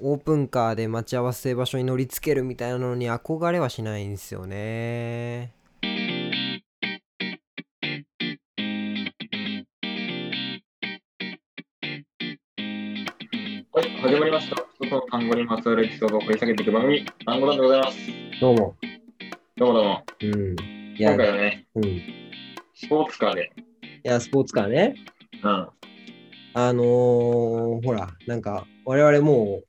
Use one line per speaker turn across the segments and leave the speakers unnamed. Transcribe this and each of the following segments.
オープンカーで待ち合わせ場所に乗りつけるみたいなのに憧れはしないんですよね
はい、始まりました。人と単語にまつわるエピソードを掘り下げていく番組、単語なんでございます。
どうも
どうもどうも。
うんいや
今回はね、
うん、い
スポーツカーで、
やスポーツカーね
うん、
あのーほらなんか我々もう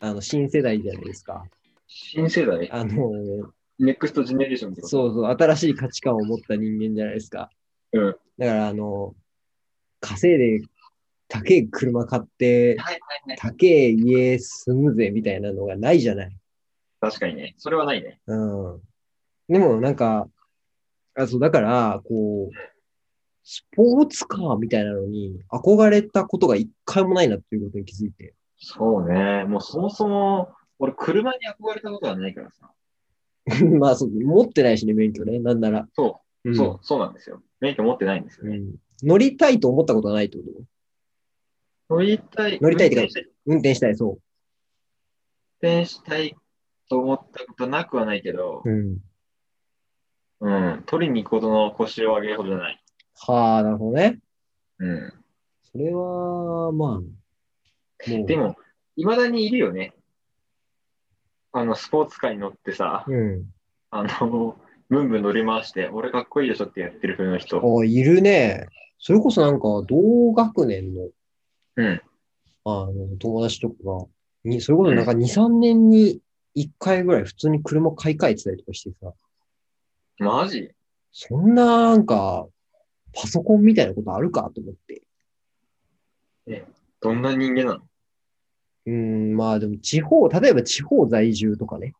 あの新世代じゃないですか
新世代、
あのー
ネクストジェネレーションってこと
そうそう新しい価値観を持った人間じゃないですか
うん。
だからあの稼いで高え車買って
はいはい。
高え家住むぜみたいなのがないじゃない
確かにね、それはないね。
うんでもなんか、あそうだから、こう、スポーツカーみたいなのに憧れたことが一回もないなっていうことに気づいて。
そうね、もうそもそも、俺、車に憧れたことはないからさ。
まあそう、持ってないしね、免許ね、なんなら。
そうう、
ん
そう、そうなんですよ。免許持ってないんですよ
う
ね。
ん乗りたいと思ったことはないってこと
乗りたい、
乗りたいってか
運転し
運転したい、そ
運転したいと思ったことなくはないけど
う。、うん。
うん、取りに行くほどの腰を上げるほどじゃない。
はあ、なるほどね。
うん。
それは、まあ、もう
でも、いまだにいるよね。あの、スポーツカーに乗ってさ、
うん。
あの、ブンブン乗り回して、俺かっこいいでしょってやってる風の人。
あ、いるね。それこそなんか、同学年の
うん。
あの、友達とかが、に、それこそなんか2、3年に1回ぐらい普通に車買い替えてたりとかしてさ、
マジ
そんななんか、パソコンみたいなことあるかと思って。
どんな人間なの
うん、まあでも地方、例えば地方在住とかね。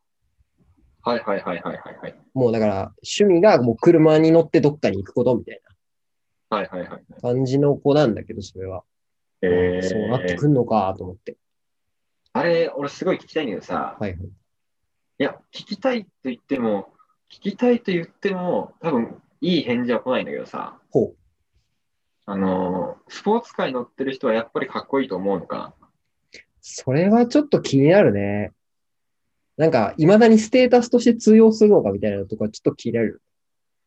はいはいはいはいはいはい。
もうだから、趣味がもう車に乗ってどっかに行くことみたい
はいはいはい。
な感じの子なんだけど、それは。
え
そうなって
ー、
くんのかと思って。
あれ、俺すごい聞きたいんだけどさ、
はいはい。
いや、聞きたいと言っても、聞きたいと言っても、多分いい返事は来ないんだけどさ、
ほう。
あの、スポーツカーに乗ってる人はやっぱりかっこいいと思うのかな。
それはちょっと気になるね。なんか、未だにステータスとして通用するのかみたいなとこはちょっと気になる。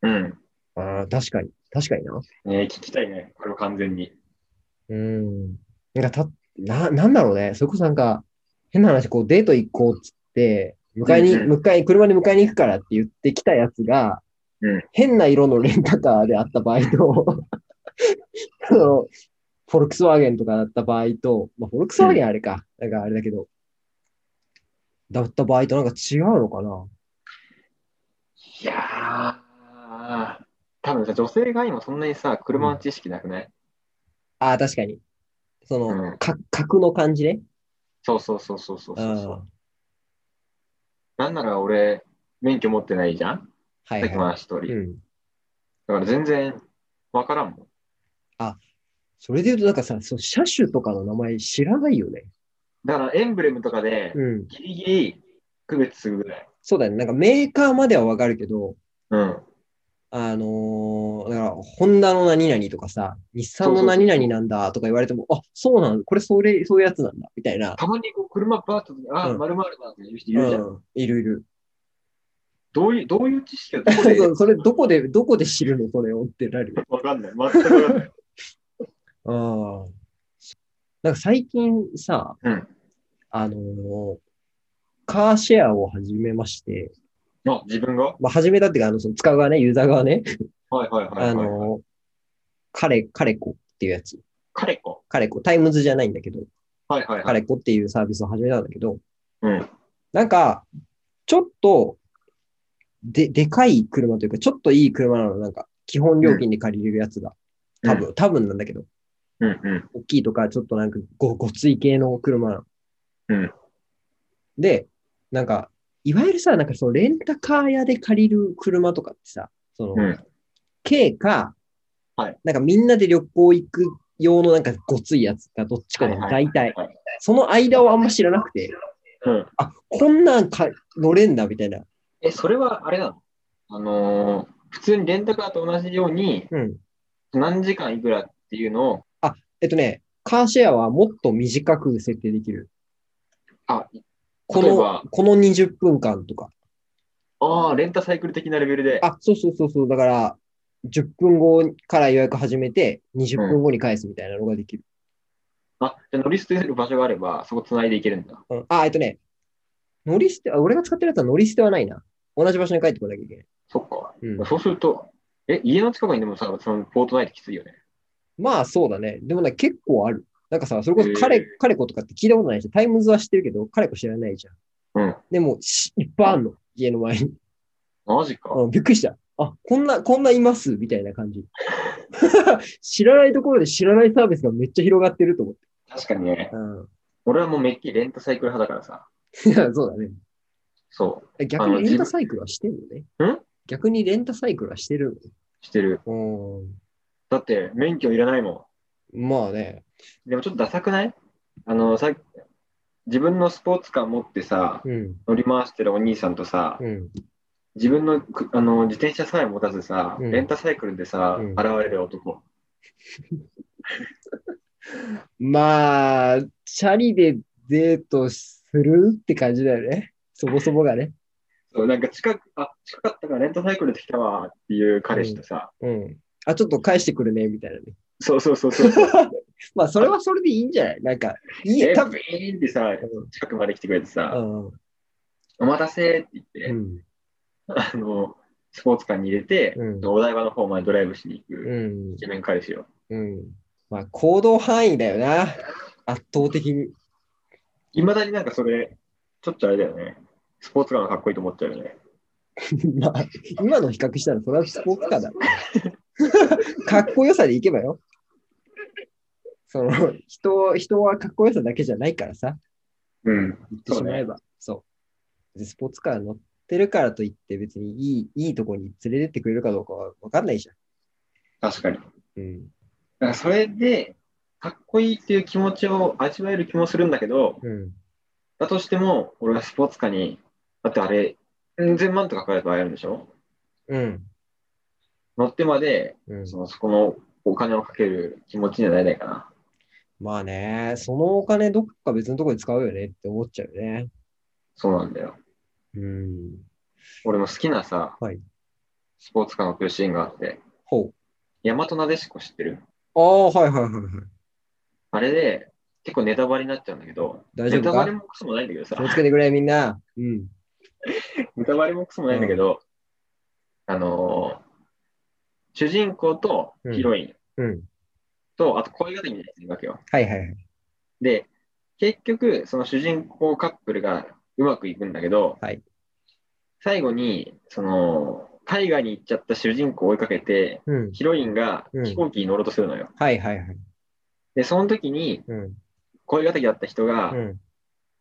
うん。
ああ、確かに。確かにな。
ね聞きたいね。これは完全に。
うん。なんかた、な、なんだろうね。それこそなんか、変な話、こう、デート行こうっつって、迎えに、
うんう
迎え、車で迎えに行くからって言ってきたやつが、
うん
変な色のレンタカーであった場合と、 その、フォルクスワーゲンとかだった場合と、まあ、フォルクスワーゲンあれか。なんかあれだけど、だった場合となんか違うのかない
やー、多分さ、女性が今そんなにさ、車の知識なくない、
ああ、確かに。その、
うん
か格の感じね。
そうそうそうそうそうそう
うん
そう。なんなら俺、免許持ってないじゃん
はい
さっき
は
の話通
い。
り。
うん。
だから全然わからんもん。
それで言うと、なんかさ、そう車種とかの名前知らないよね。
だからエンブレムとかで、
うん。
ギリギリ区別するぐらい。
そうだね。なんかメーカーまではわかるけど、
うん。
あのーだから、ホンダの何々とかさ、日産の何々なんだとか言われても、あ、そうなんだ、これそれ、そういうやつなんだ、みたいな。
たまにこう車バーッと、あ
う
ー、
ん
まるまるだっていう人いるじゃん。
うん、いるいる。
どういう、どういう知識がどこで
そうそれ、どこで、どこで知るのそれをってなるよ。
わかんない。全くわかんない。
ああ。なんか最近さ、
うん
あのーカーシェアを始めまして、
あ、自分が
まあ、始めたっていうか、あの、その使う側ね、ユーザー側ね、
はいはいはい、はい。
あの、カレ、カレコっていうやつ。
彼子。
カレコ、タイムズじゃないんだけど、
はいはい
カ
はい。
レコっていうサービスを始めたんだけど、
うん。
なんか、ちょっと、で、でかい車というか、ちょっといい車なの、なんか、基本料金で借りれるやつが、多分、多分なんだけど、
うん。うんうん。
大きいとか、ちょっとなんかご、ごつい系の車なの。
うん。
で、なんか、いわゆるさ、なんかそのレンタカー屋で借りる車とかってさ、その、
うん。
軽か、
はい
なんかみんなで旅行行く用のなんかごついやつか、どっちかだ、
はいは
大
い
体。
はい
その間をあんま知らなくて、
うん。
あ、こんなんか乗れんだみたいな。
え、それはあれなのあのー普通にレンタカーと同じように、
うん。
何時間いくらっていうのを、
えっとね、カーシェアはもっと短く設定できる。
あ、
こ
例え
の
ば、
この20分間とか。
ああ、レンタサイクル的なレベルで。
あ、そうそうそうそう。だから、10分後から予約始めて、20分後に返すみたいなのができる。
あ、じゃあ乗り捨てる場所があれば、そこ繋いでいけるんだ。
うん、あ、えっとね、乗り捨て、あ、俺が使ってるやつは乗り捨てはないな。同じ場所に帰ってこなきゃいけない。
そっか。
うん、
そうすると、え、家の近くにでもさ、そのポートナイトきついよね。
まあそうだね。でもね、結構ある。なんかさ、それこそ
へ
彼
ー、
彼子とかって聞いたことないし、タイムズは知ってるけど、彼子知らないじゃん。
うん。
でも、しいっぱいあんの。家の前に。
マジか。
うん、びっくりした。あ、こんな、こんないますみたいな感じ。 知らないところで知らないサービスがめっちゃ広がってると思って。
確かにね。
うん
俺はもうめっきりレンタサイクル派だからさ。
いや。 そうだね。
そう。
逆
あの
にレンタサイクルはしてるのね。
ん
逆にレンタサイクルはしてる
してる。
の。
だって、免許いらないも
うん。まあね。
ん。でもちょっとダサくないあの、さ自分のスポーツカー持ってさ、
うん。
乗り回してるお兄さんとさ、
うん。
自分のくあの自転車さえ持たずさ、
うん
レンタサイクルでさ、
うん
現れる男。
まあ、チャリでデートするって感じだよね。 そもそもがね。
そうなんか近く、あ、近かったからレンタサイクルできたわっていう彼氏とさ、
うん。あ、ちょっと返してくるね、みたいなね。
そうそうそうそう。
まあ、それはそれでいいんじゃないなんか、いい
え、
多
多
分。
分いいってさ、近くまで来てくれて
う
さ、
ん。
お待たせって言っ
う
て、
ん。
あの、スポーツカーに入れて、
うん
お台場の方までドライブしに行く、
うん
イ。ケメン彼氏よ。
うん。まあ、行動範囲だよな。圧倒的に。
いまだになんかそれ、ちょっとあれだよね。スポーツカーがかっこいいと思っちゃうよね。
まあ、今の比較したら、それはスポーツカーだ。 かっこよさでいけばよ。その、人を、人はかっこよさだけじゃないからさ。
うん。
言ってしまえば。そう,、で、スポーツカー乗ってるからといって、別にいい、いいとこに連れてってくれるかどうかはわかんないじ
確かに。
ゃん。うん。
だからそれで、かっこいいっていう気持ちを味わえる気もするんだけど、
うん。
だとしても、俺はスポーツカーに、だってあれ、0 0万とかかかる場合あるんでしょ
うん。
乗ってまで、
うん、
そのそこのお金をかける気持ちにはなれないかな。
まあね、そのお金どっか別のとこで使うよねって思っちゃうよね。
そうなんだよ。
うん。
俺も好きなさ、
はい
スポーツカーの来るシーンがあって、
ほ
大和なでしこ知ってる
う。ああ、はいはいはいはい。
あれで、結構ネタバレになっちゃうんだけど、
大丈
ネ
夫
タバ
か
レもクソもないんだけどさ
気、をつけてくれ、みんな。うん。
ネタバレもクソもないんだけど、あのー主人公とヒロイン
うん。
と、あと恋敵みたいな人いるわけよ。
はいはいはい。
で、結局、その主人公カップルがうまくいくんだけど、
はい
最後に、その、海外に行っちゃった主人公を追いかけて、
うん。
ヒロインが
うん
飛行機に乗ろうとするのよ。
はいはいはい。
で、その時に、
うん。
恋敵だった人が、
うん。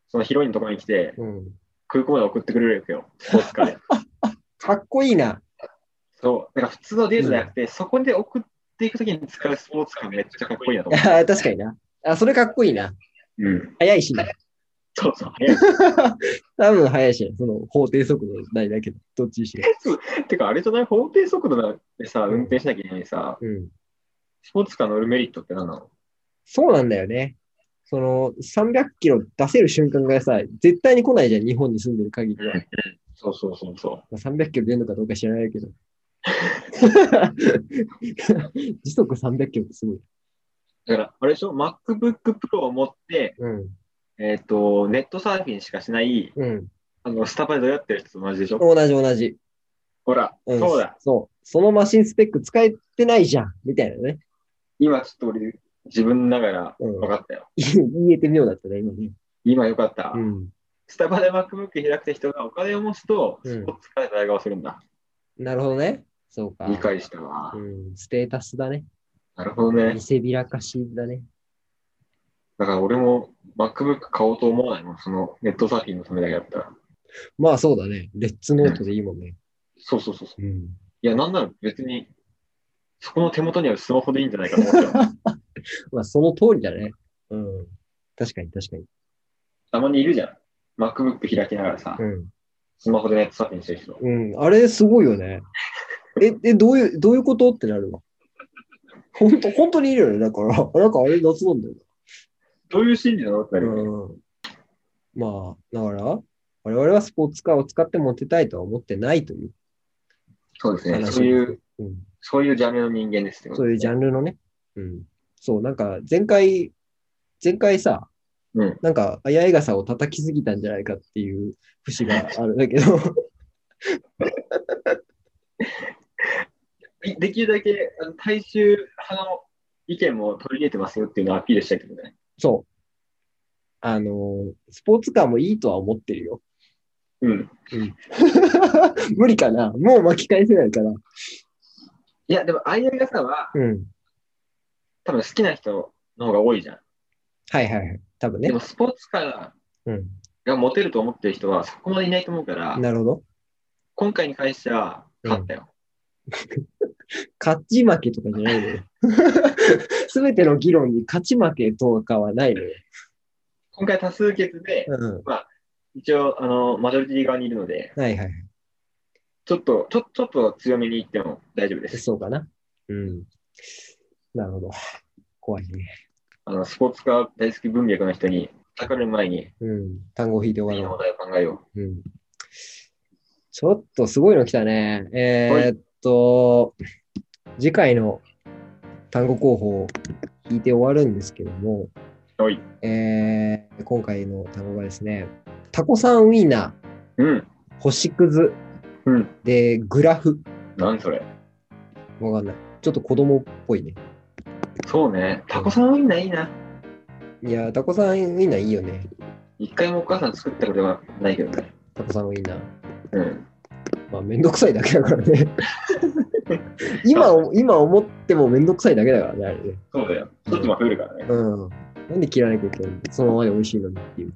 そのヒロインのところに来て、
うん。
空港まで送ってくれるわけよ。スポーツカー で。
かっこいいな。
そう。なんか普通のデートじゃなくて、そこで送っていくときに使うスポーツカーめっちゃかっこいいなと
あ
思
ー 確かにな。あ、それかっこいいな。
う。うん。
早いしな。
そうそう。早い
多分早いしな。その法定速度ないだけど、どっちにしろ。
てか、あれじゃない法定速度だってさ、
うん
運転しなきゃいけないさ、
うん。
スポーツカー乗るメリットって何なの
そうなんだよね。その300キロ出せる瞬間がさ、絶対に来ないじゃん、日本に住んでる限り。
そうそうそうそ
まあ、300キロ出るのかどうか知らない けど。時速300キロってすごい。
う。だから、あれでしょ ?MacBook Pro を持って、
うん。
えっ、と、ネットサーフィンしかしない、
うん。
あの、スタバでどうやってる人と同じでしょ
同じ同じ。
ほら、
うん、
そうだ。。
そう。そのマシンスペック使えてないじゃん、みたいなね。
今ちょっと俺、自分ながら
うん
分かったよ。
言えてみようだったね、今ね。
今よかった。
うん。
スタバで MacBook 開く人がお金を持つと、
うん
スポーツカーで対話をするんだ。
なるほどね。そうか。
理解したわ。
うん。ステータスだね。
なるほど
見
ね。
せびらかしだね。
だから俺も MacBook 買おうと思わないもん。そのネットサーフィンのためだけだったら。
まあそうだね。レッツノートでいいもんね。
そうそうそうそう。
うん。
いや、なんなら別に、そこの手元にあるスマホでいいんじゃないかと思っちゃう。
まあその通りだね。うん。確かに確かに。
たまにいるじゃん。MacBook 開きながらさ、スマホでネットサーフィンしてる人。
うん。うん。あれすごいよ ね。え、え、どういう、どういうことってなるわ。本当本当にいるよね。だから、なんかあれ夏なんだよ
どういう心理なのってな
な。
るよね。
うん。まあ、だから、我々はスポーツカーを使ってモテたいとは思ってないという
そうですね。
話
そういう、
うん、
そういうジャンルの人間ですってこと
そういうジャンルのね。うん。そう、なんか前回、前回さ、
うん
なんか、あやい傘を叩きすぎたんじゃないかっていう節があるんだけど、
できるだけあの大衆派の意見も取り入れてますよっていうのをアピールしたけどね。
そう。あのースポーツカーもいいとは思ってるよ。
うん。
無理かなもう巻き返せないから。
いや、でも、ああいう皆さんは、
うん。
多分好きな人の方が多いじゃん。
はいはいはい。多分ね
でも、。スポーツカ
うん。
ーがモテると思ってる人はそこまでいないと思うから、
なるほど。
今回に関しては勝ったよ。
勝ち負けとかじゃないのよ。 すべての議論に勝ち負けとかはないのよ。
今回多数決で、
うん。
一応、あの、マジョリティ側にいるので、
はいはい。
ちょっと、ちょちょっと強めに言っても大丈夫です。
そうかな。うん。なるほど。怖いね。
あの、スポーツカー大好き文脈の人に、たかる前に、
うん。単語を引いて終
次の
わろ
問題を考えよ
う。うん。ちょっとすごいの来たね。えーっと、次回の単語候補を引いて終わるんですけども、
う。はい。
えー今回の単語がですね、タコさんウィーナ
うん。
ー、星屑
うん。
でグラフ。
何それ。
わかんない。ちょっと子供っぽいね。
そうね。タコさんウインナーいいな。
いやー、タコさんウィンナーいいよね。
一回もお母さん作ったことはないけどね。
タコさんウィンナー。
うん。
まあ、めんどくさいだけだからね。 今を、今思ってもめんどくさいだけだからね、あれね。
そうだよ。一つも増えるからね。
うん。なんで切らなきゃいけないのそのままで美味しいのにっていう。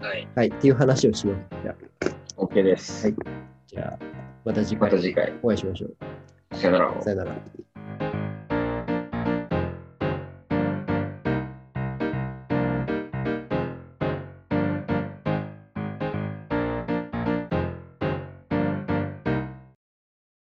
はい。
はい、っていう話をしよう。じゃあ、
OK です。
はいじゃあまた次
ま
回
た次回。
お会いしましょう。
さよなら。
さよなら。